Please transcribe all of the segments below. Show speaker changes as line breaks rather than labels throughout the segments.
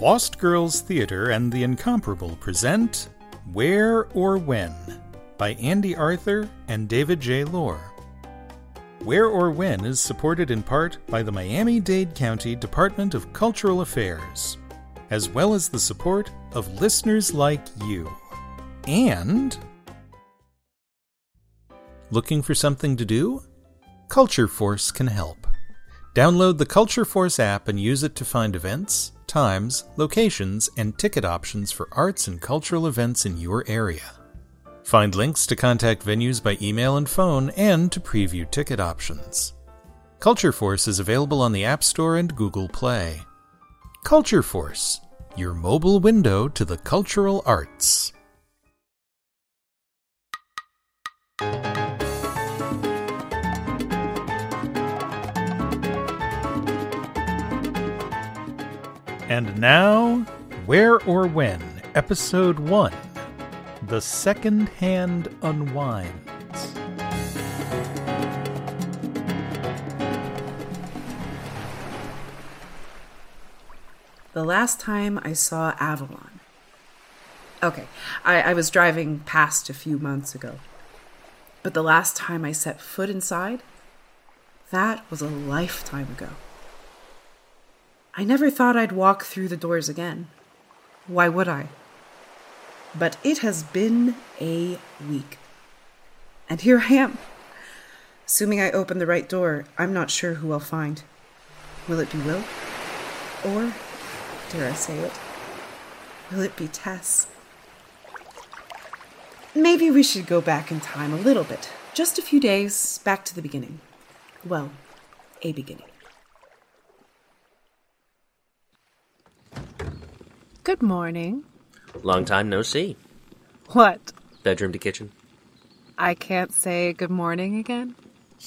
Lost Girls Theater and the Incomparable present Where or When by Andy Arthur and David J. Lohr. Where or When is supported in part by the Miami Dade County Department of Cultural Affairs, as well as the support of listeners like you. And. Looking for something to do? Culture Force can help. Download the Culture Force app and use it to find events, times, locations, and ticket options for arts and cultural events in your area. Find links to contact venues by email and phone and to preview ticket options. Culture Force is available on the App Store and Google Play. Culture Force, your mobile window to the cultural arts. And now, Where or When, Episode 1 The Second Hand Unwinds.
The last time I saw Avalon. Okay, I, I was driving past a few months ago. But the last time I set foot inside, that was a lifetime ago. I never thought I'd walk through the doors again. Why would I? But it has been a week. And here I am. Assuming I open the right door, I'm not sure who I'll find. Will it be Will? Or, dare I say it, will it be Tess? Maybe we should go back in time a little bit. Just a few days back to the beginning. Well, a beginning.
Good morning.
Long time no see.
What?
Bedroom to kitchen.
I can't say good morning again?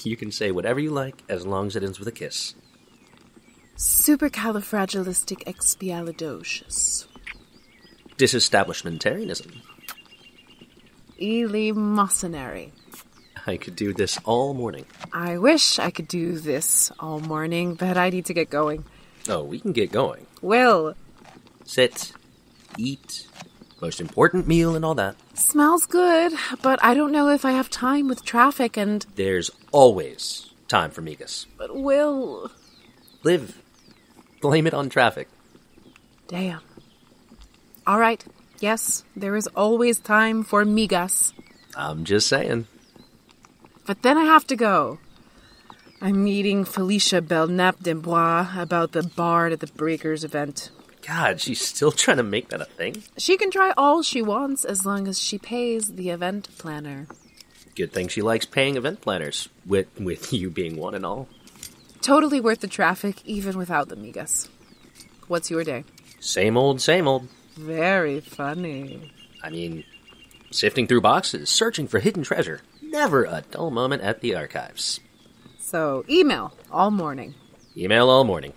You can say whatever you like as long as it ends with a kiss.
Supercalifragilisticexpialidocious.
Disestablishmentarianism.
Eleemosynary.
I could do this all morning.
I wish I could do this all morning, but I need to get going.
Oh, we can get going.
Will,
Sit, eat, most important meal and all that.
smells good, but I don't know if I have time with traffic and.
There's always time for Migas.
But Will.
Live. Blame it on traffic.
Damn. All right. Yes, there is always time for migas.
I'm just saying.
But then I have to go. I'm meeting Felicia Belknap Dembois about the Bard at the Breakers event.
God, she's still trying to make that a thing.
She can try all she wants as long as she pays the event planner.
Good thing she likes paying event planners, with, with you being one and all.
Totally worth the traffic, even without the migas. What's your day?
Same old, same old.
Very funny.
I mean, sifting through boxes, searching for hidden treasure. Never a dull moment at the archives.
So, email all morning.
Email all morning.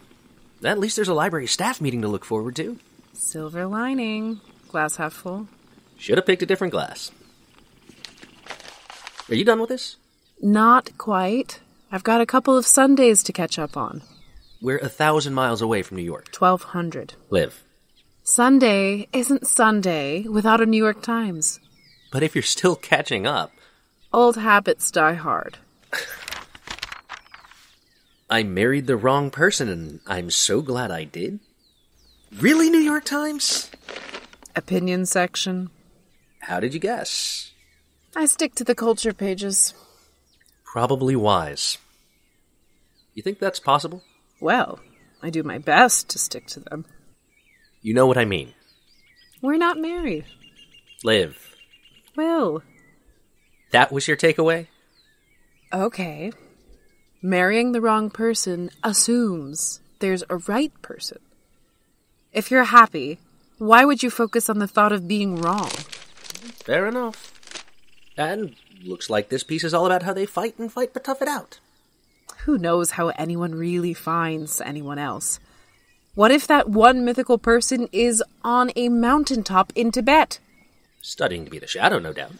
At least there's a library staff meeting to look forward to.
Silver lining. Glass half full.
Should have picked a different glass. Are you done with this?
Not quite. I've got a couple of Sundays to catch up on.
We're a thousand miles away from New York.
1200.
Live.
Sunday isn't Sunday without a New York Times.
But if you're still catching up,
Old habits die hard.
I married the wrong person and I'm so glad I did. Really, New York Times?
Opinion section.
How did you guess?
I stick to the culture pages.
Probably wise. You think that's possible?
Well, I do my best to stick to them.
You know what I mean.
We're not married.
Live.
Will.
That was your takeaway?
Okay. Marrying the wrong person assumes there's a right person. If you're happy, why would you focus on the thought of being wrong?
Fair enough. And looks like this piece is all about how they fight and fight but tough it out.
Who knows how anyone really finds anyone else? What if that one mythical person is on a mountaintop in Tibet?
Studying to be the shadow, no doubt.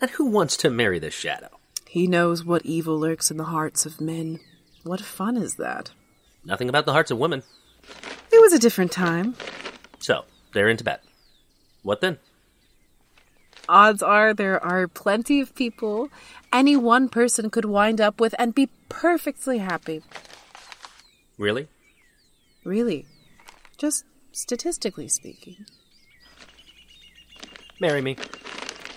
And who wants to marry the shadow?
He knows what evil lurks in the hearts of men. What fun is that?
Nothing about the hearts of women.
It was a different time.
So, they're in Tibet. What then?
Odds are there are plenty of people any one person could wind up with and be perfectly happy.
Really?
Really. Just statistically speaking.
Marry me.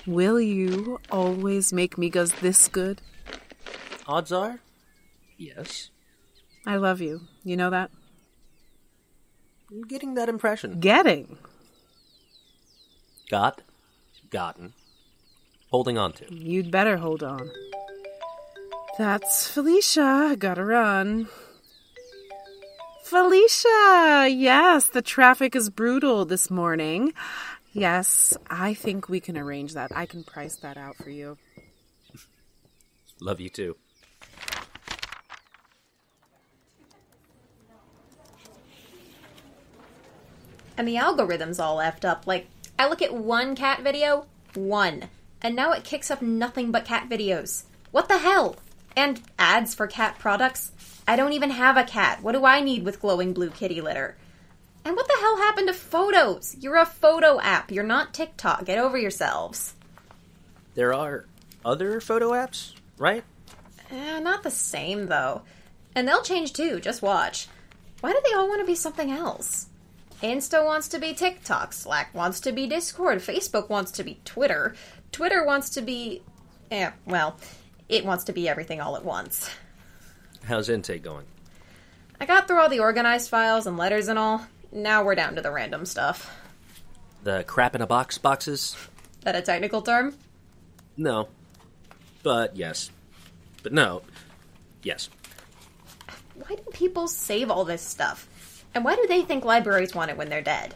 Will you always make Migos this good?
Odds are? Yes.
I love you. You know that?
I'm getting that impression.
Getting.
Got, gotten, holding on to.
You'd better hold on. That's Felicia. Gotta run. Felicia! Yes, the traffic is brutal this morning. Yes, I think we can arrange that. I can price that out for you.
Love you too.
And the algorithm's all effed up. Like, I look at one cat video, one, and now it kicks up nothing but cat videos. What the hell? And ads for cat products? I don't even have a cat. What do I need with glowing blue kitty litter? And what the hell happened to photos? You're a photo app. You're not TikTok. Get over yourselves.
There are other photo apps, right?
Eh, not the same, though. And they'll change too, just watch. Why do they all want to be something else? Insta wants to be TikTok, Slack wants to be Discord, Facebook wants to be Twitter, Twitter wants to be. Eh, well, it wants to be everything all at once.
How's intake going?
I got through all the organized files and letters and all. Now we're down to the random stuff.
The crap in a box boxes?
That a technical term?
No. But yes. But no. Yes.
Why do people save all this stuff? And why do they think libraries want it when they're dead?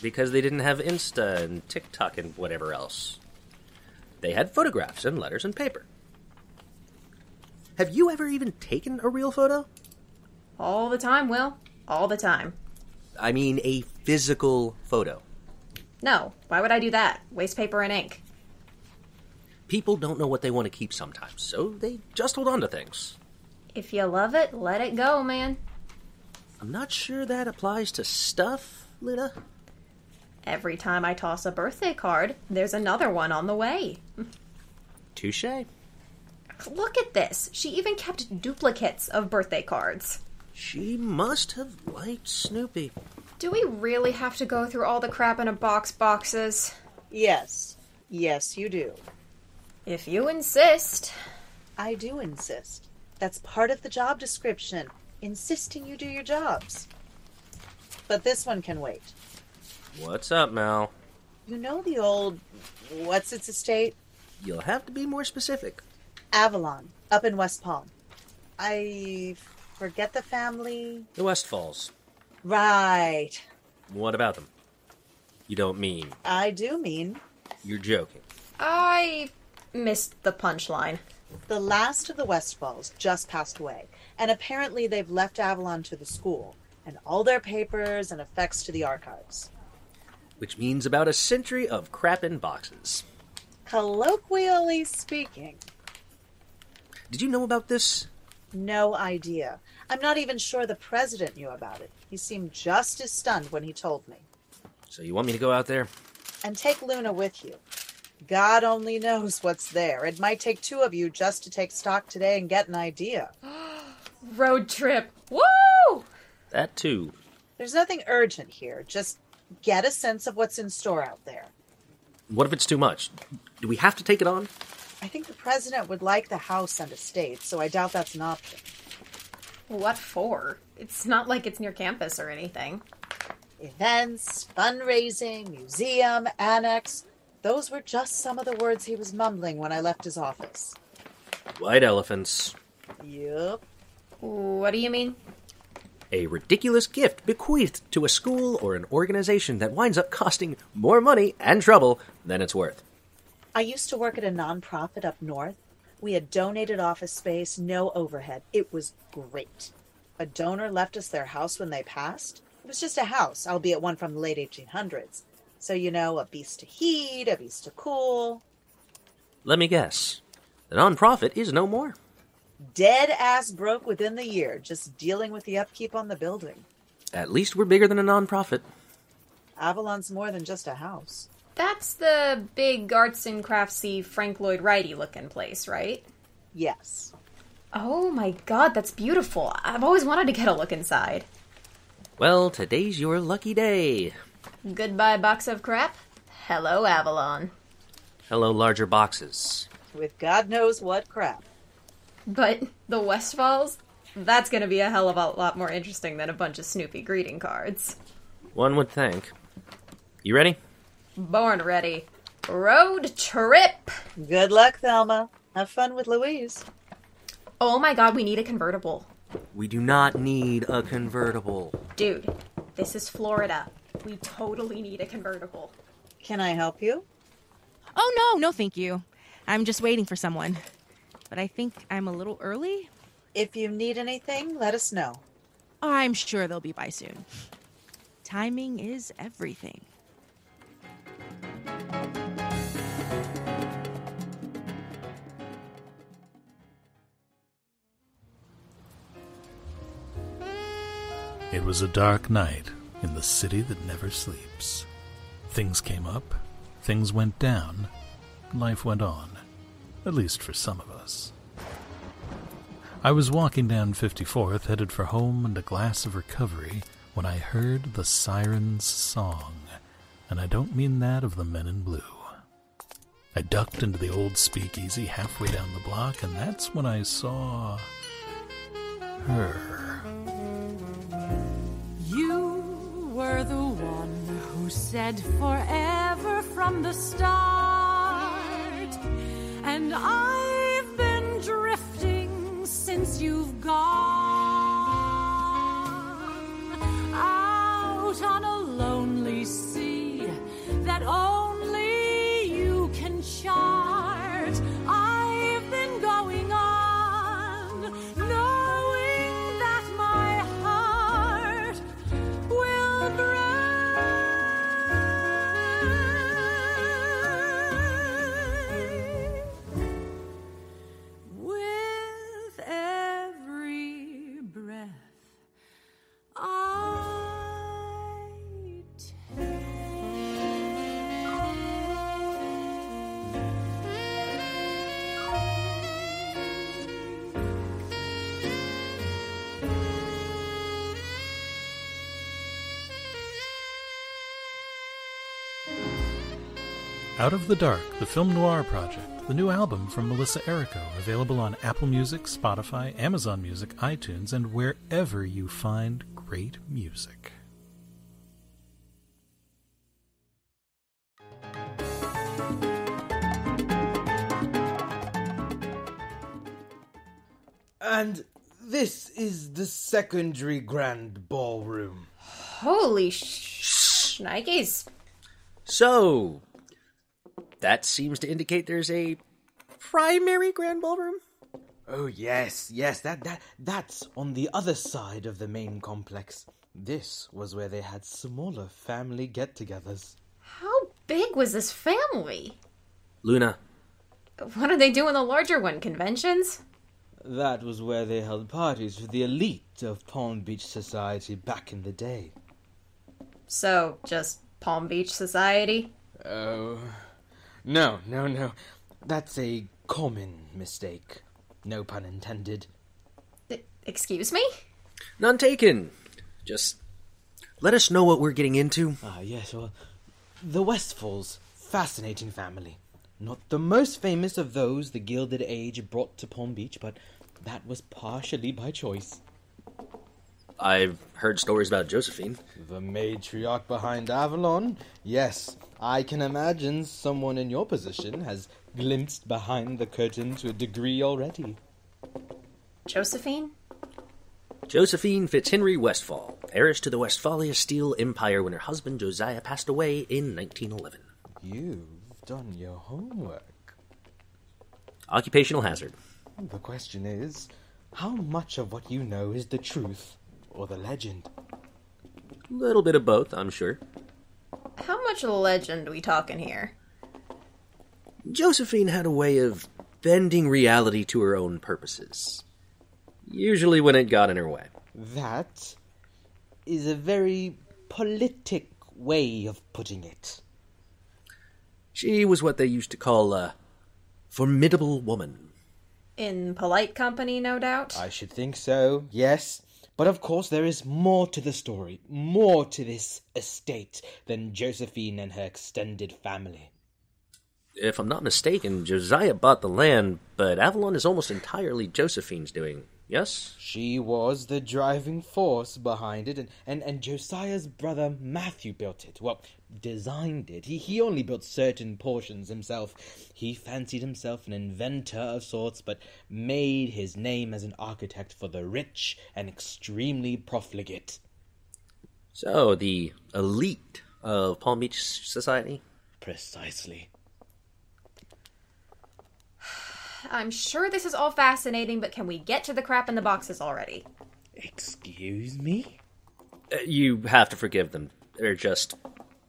Because they didn't have Insta and TikTok and whatever else. They had photographs and letters and paper. Have you ever even taken a real photo?
All the time, Will. All the time.
I mean, a physical photo.
No, why would I do that? Waste paper and ink.
People don't know what they want to keep sometimes, so they just hold on to things.
If you love it, let it go, man.
I'm not sure that applies to stuff, Lita.
Every time I toss a birthday card, there's another one on the way.
Touche.
Look at this. She even kept duplicates of birthday cards.
She must have liked Snoopy.
Do we really have to go through all the crap in a box boxes?
Yes. Yes, you do.
If you insist.
I do insist. That's part of the job description, insisting you do your jobs. But this one can wait.
What's up, Mal?
You know the old what's its estate?
You'll have to be more specific.
Avalon, up in West Palm. I forget the family.
The West Falls.
Right.
What about them? You don't mean.
I do mean
You're joking.
I missed the punchline.
the last of the Westfalls just passed away, and apparently they've left Avalon to the school and all their papers and effects to the archives.
Which means about a century of crap in boxes.
Colloquially speaking,
Did you know about this?
No idea. I'm not even sure the president knew about it. He seemed just as stunned when he told me.
So you want me to go out there?
And take Luna with you. God only knows what's there. It might take two of you just to take stock today and get an idea.
Road trip. Woo!
That too.
There's nothing urgent here. Just get a sense of what's in store out there.
What if it's too much? Do we have to take it on?
I think the president would like the house and estate, so I doubt that's an option.
What for? It's not like it's near campus or anything.
Events, fundraising, museum, annex. Those were just some of the words he was mumbling when I left his office.
White elephants.
Yup.
What do you mean?
A ridiculous gift bequeathed to a school or an organization that winds up costing more money and trouble than it's worth.
I used to work at a nonprofit up north. We had donated office space, no overhead. It was great. A donor left us their house when they passed. It was just a house, albeit one from the late 1800s. So, you know, a beast to heat, a beast to cool.
Let me guess. The nonprofit is no more.
Dead ass broke within the year, just dealing with the upkeep on the building.
At least we're bigger than a nonprofit.
Avalon's more than just a house.
That's the big arts and craftsy Frank Lloyd Wrighty looking place, right?
Yes.
Oh my god, that's beautiful. I've always wanted to get a look inside.
Well, today's your lucky day.
Goodbye, box of crap. Hello, Avalon.
Hello, larger boxes.
With God knows what crap.
But the Westfalls? That's gonna be a hell of a lot more interesting than a bunch of Snoopy greeting cards.
One would think. You ready?
Born ready. Road trip!
Good luck, Thelma. Have fun with Louise.
Oh my god, we need a convertible.
We do not need a convertible.
Dude, this is Florida. We totally need a convertible.
Can I help you?
Oh, no, no, thank you. I'm just waiting for someone. But I think I'm a little early.
If you need anything, let us know.
I'm sure they'll be by soon. Timing is everything.
It was a dark night in the city that never sleeps. Things came up, things went down, life went on, at least for some of us. I was walking down 54th, headed for home and a glass of recovery, when I heard the siren's song, and I don't mean that of the men in blue. I ducked into the old speakeasy halfway down the block, and that's when I saw her.
You were the one who said forever from the start. And I've been drifting since you've gone. Out on a lonely sea that only you can chart. I've been going on, knowing that my heart will grow with every breath I
Out of the Dark, the Film Noir Project, the new album from Melissa Errico, available on Apple Music, Spotify, Amazon Music, iTunes, and wherever you find great music.
And this is the secondary grand ballroom.
Holy sh! Nikes.
So, that seems to indicate there's a primary grand ballroom?
Oh yes, yes, that that that's on the other side of the main complex. This was where they had smaller family get-togethers.
How big was this family?
Luna,
What do they do in the larger one? Conventions?
That was where they held parties for the elite of Palm Beach society back in the day.
So, just Palm Beach Society?
Oh. No, no, no. That's a common mistake. No pun intended.
E- Excuse me?
none taken. Just let us know what we're getting into.
Ah, yes, well, the Westfalls, fascinating family. Not the most famous of those the Gilded Age brought to Palm Beach, but that was partially by choice.
I've heard stories about Josephine.
The matriarch behind Avalon? Yes, I can imagine someone in your position has glimpsed behind the curtain to a degree already.
Josephine?
Josephine Fitzhenry Westfall, heiress to the Westphalia Steel Empire when her husband Josiah passed away in 1911.
You've done your homework.
Occupational hazard.
The question is how much of what you know is the truth or the legend?
Little bit of both, I'm sure.
How much legend we talking here?
Josephine had a way of bending reality to her own purposes. Usually when it got in her way.
That is a very politic way of putting it.
She was what they used to call a formidable woman.
In polite company, no doubt.
I should think so, yes. But of course, there is more to the story, more to this estate than Josephine and her extended family.
If I'm not mistaken, Josiah bought the land, but Avalon is almost entirely Josephine's doing. Yes?
She was the driving force behind it, and, and, and Josiah's brother Matthew built it. Well, designed it. He, he only built certain portions himself. He fancied himself an inventor of sorts, but made his name as an architect for the rich and extremely profligate.
So, the elite of Palm Beach society?
Precisely.
I'm sure this is all fascinating, but can we get to the crap in the boxes already?
Excuse me?
Uh, You have to forgive them. They're just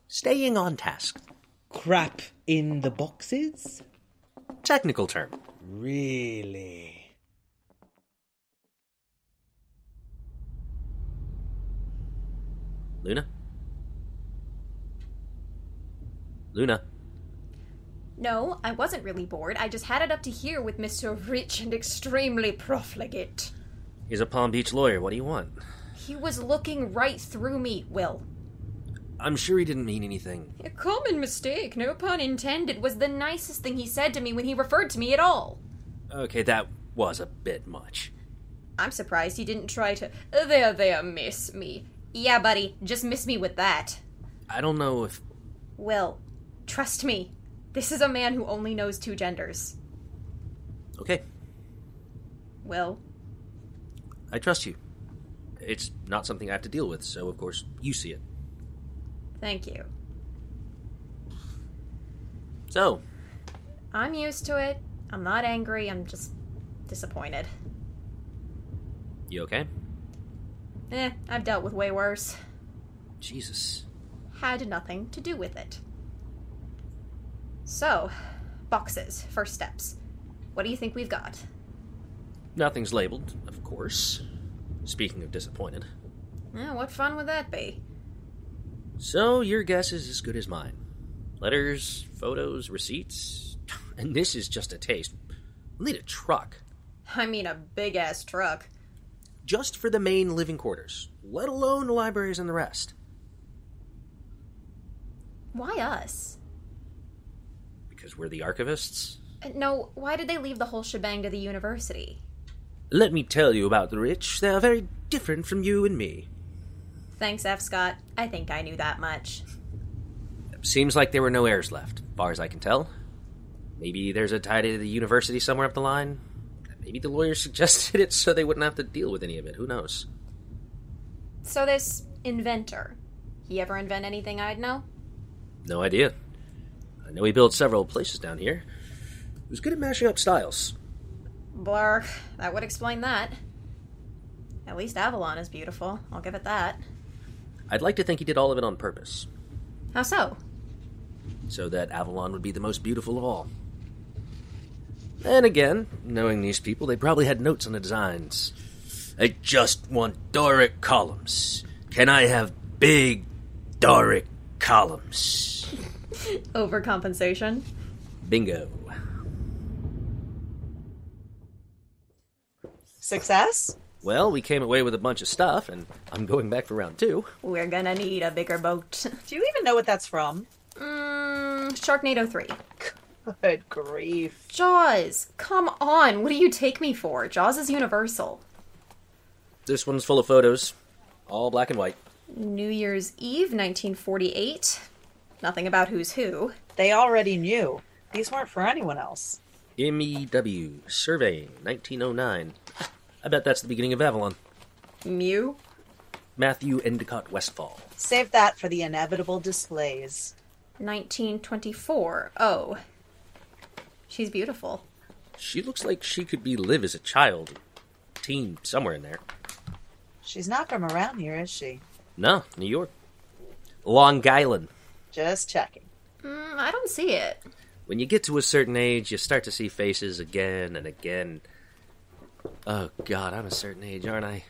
staying on task.
Crap in the boxes?
Technical term.
Really?
Luna? Luna?
No, I wasn't really bored. I just had it up to here with Mr. Rich and extremely profligate.
He's a Palm Beach lawyer. What do you want?
He was looking right through me, Will.
I'm sure he didn't mean anything.
A common mistake, no pun intended, was the nicest thing he said to me when he referred to me at all.
Okay, that was a bit much.
I'm surprised he didn't try to. There, there, miss me. Yeah, buddy, just miss me with that.
I don't know if.
Will, trust me, this is a man who only knows two genders.
Okay,
Will,
I trust you. It's not something I have to deal with, so of course you see it.
thank you.
So,
I'm used to it. I'm not angry, I'm just disappointed.
you okay?
Eh, I've dealt with way worse.
Jesus.
Had nothing to do with it. So, boxes, first steps. What do you think we've got?
Nothing's labeled, of course. Speaking of disappointed.
Eh, what fun would that be?
So, your guess is as good as mine. Letters, photos, receipts. And this is just a taste. We'll need a truck.
I mean, a big ass truck.
Just for the main living quarters, let alone libraries and the rest.
Why us?
Because we're the archivists.
Uh, No, why did they leave the whole shebang to the university?
Let me tell you about the rich. They are very different from you and me.
Thanks, F. Scott. I think I knew that much.
Seems like there were no heirs left, far as I can tell. Maybe there's a tie to the university somewhere up the line. Maybe the lawyers suggested it so they wouldn't have to deal with any of it. Who knows?
So, this inventor, he ever invent anything I'd know?
No idea. I know he built several places down here. He was good at mashing up styles.
Blarg, that would explain that. At least Avalon is beautiful, I'll give it that.
I'd like to think he did all of it on purpose,
How so?
so that Avalon would be the most beautiful of all. And again, knowing these people, they probably had notes on the designs. I just want Doric columns. Can I have big Doric columns?
Overcompensation?
Bingo.
Success?
Well, we came away with a bunch of stuff, and I'm going back for round two.
We're gonna need a bigger boat.
Do you even know what that's from?
Mmm, Sharknado 3.
Good grief.
Jaws! Come on, what do you take me for? Jaws is universal.
This one's full of photos, all black and white.
New Year's Eve, 1948. Nothing about who's who.
They already knew. These weren't for anyone else.
E MEW, Survey, 1909. I bet that's the beginning of Avalon.
Mew?
Matthew Endicott Westfall.
Save that for the inevitable displays.
1924. Oh. She's beautiful.
She looks like she could be live as a child, teen, somewhere in there.
She's not from around here, is she?
No, New York. Long Island.
Just checking.
Mm, I don't see it.
When you get to a certain age, you start to see faces again and again. Oh, God, I'm a certain age, aren't I?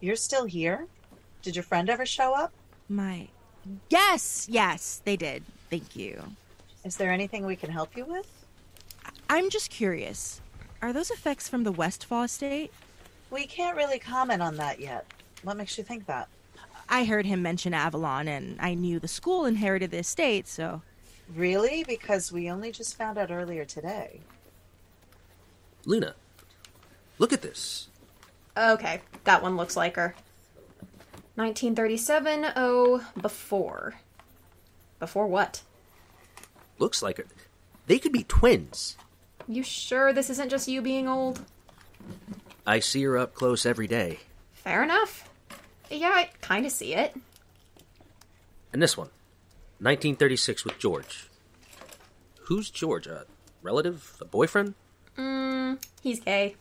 You're still here? Did your friend ever show up?
My. Yes, yes, they did. Thank you.
Is there anything we can help you with?
I'm just curious. Are those effects from the Westfall estate?
We can't really comment on that yet. What makes you think that?
I heard him mention Avalon, and I knew the school inherited the estate, so.
Really? Because we only just found out earlier today.
Luna, look at this.
Okay, that one looks like her. 1937, oh, before. Before what?
Looks like it. They could be twins.
You sure this isn't just you being old?
I see her up close every day.
Fair enough. Yeah, I kind of see it.
And this one, 1936 with George. Who's George? A relative? A boyfriend?
Mm, he's gay.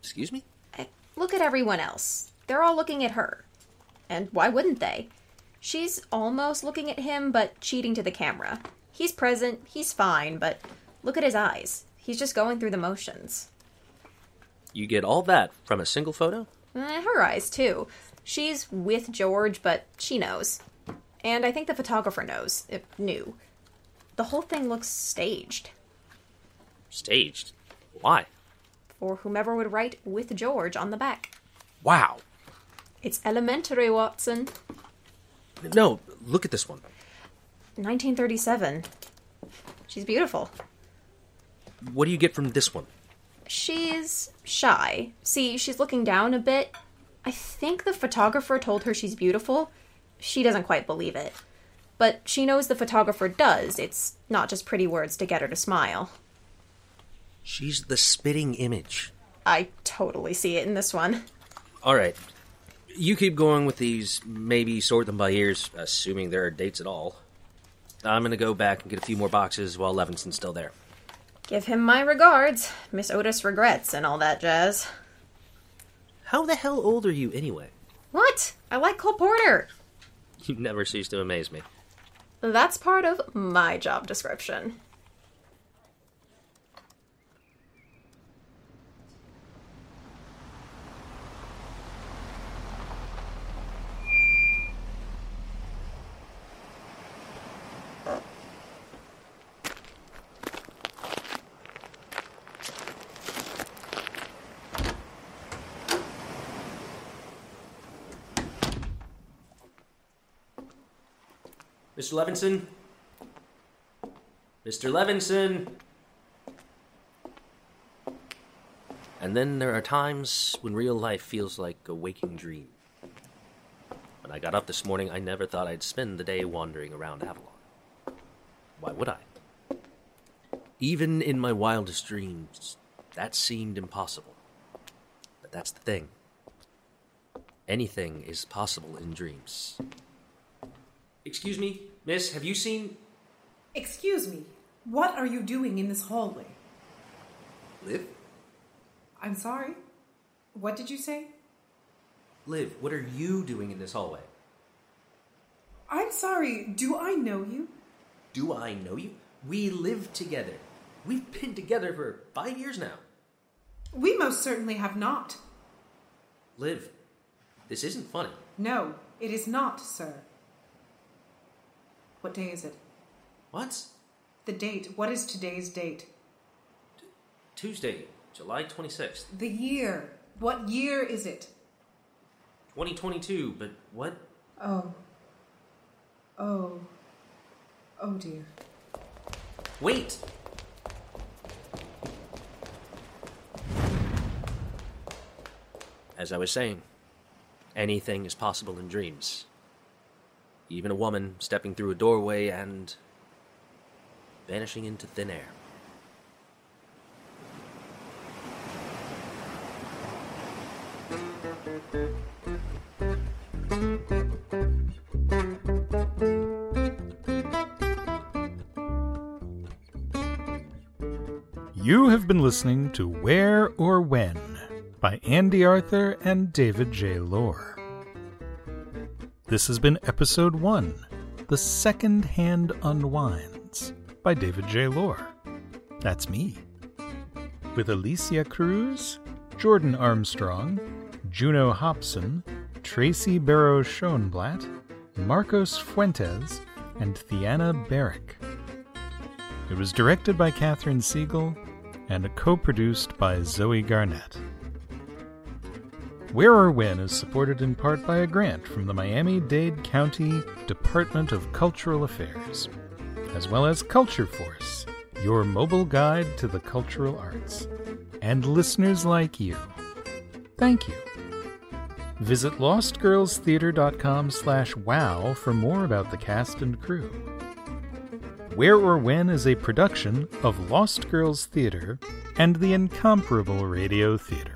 Excuse me?
I- Look at everyone else. They're all looking at her. And why wouldn't they? She's almost looking at him, but cheating to the camera. He's present, he's fine, but look at his eyes. He's just going through the motions.
You get all that from a single photo?
Eh, her eyes, too. She's with George, but she knows. And I think the photographer knows, if knew. The whole thing looks staged.
Staged. Why?
For whomever would write with George on the back.
Wow.
It's elementary, Watson.
No, look at this one.
1937. She's beautiful.
What do you get from this one?
She's shy. See, she's looking down a bit. I think the photographer told her she's beautiful. She doesn't quite believe it. But she knows the photographer does. It's not just pretty words to get her to smile.
She's the spitting image.
I totally see it in this one.
All right. You keep going with these, maybe sort them by years, assuming there are dates at all. I'm going to go back and get a few more boxes while Levinson's still there.
Give him my regards. Miss Otis regrets and all that jazz.
How the hell old are you anyway?
What? I like Cole Porter.
You never cease to amaze me.
That's part of my job description.
Mr. Levinson? Mr. Levinson? And then there are times when real life feels like a waking dream. When I got up this morning, I never thought I'd spend the day wandering around Avalon. Why would I? Even in my wildest dreams, that seemed impossible. But that's the thing. Anything is possible in dreams. Excuse me, miss, have you seen
Excuse me, what are you doing in this hallway?
Liv?
I'm sorry. What did you say?
Liv, what are you doing in this hallway?
I'm sorry, do I know you?
Do I know you? We live together. We've been together for five years now.
We most certainly have not.
Liv, this isn't funny.
No, it is not, sir. What day is it?
What?
The date. What is today's date?
Tuesday, July 26th,
The year. What year is it?
2022, but what?
Oh. Oh. Oh dear.
Wait! As I was saying, anything is possible in dreams. Even a woman stepping through a doorway and vanishing into thin air.
You have been listening to Where or When by Andy Arthur and David J. Lohr. This has been Episode 1 The Second Hand Unwinds by David J. Lohr. That's me. With Alicia Cruz, Jordan Armstrong, Juno Hobson, Tracy Barrow Schoenblatt, Marcos Fuentes, and Theana Barrick. It was directed by Catherine Siegel and co produced by Zoe Garnett. Where or When is supported in part by a grant from the Miami Dade County Department of Cultural Affairs, as well as Culture Force, your mobile guide to the cultural arts, and listeners like you. Thank you. Visit lostgirlstheater.com slash wow for more about the cast and crew. Where or When is a production of Lost Girls Theater and the incomparable Radio Theater.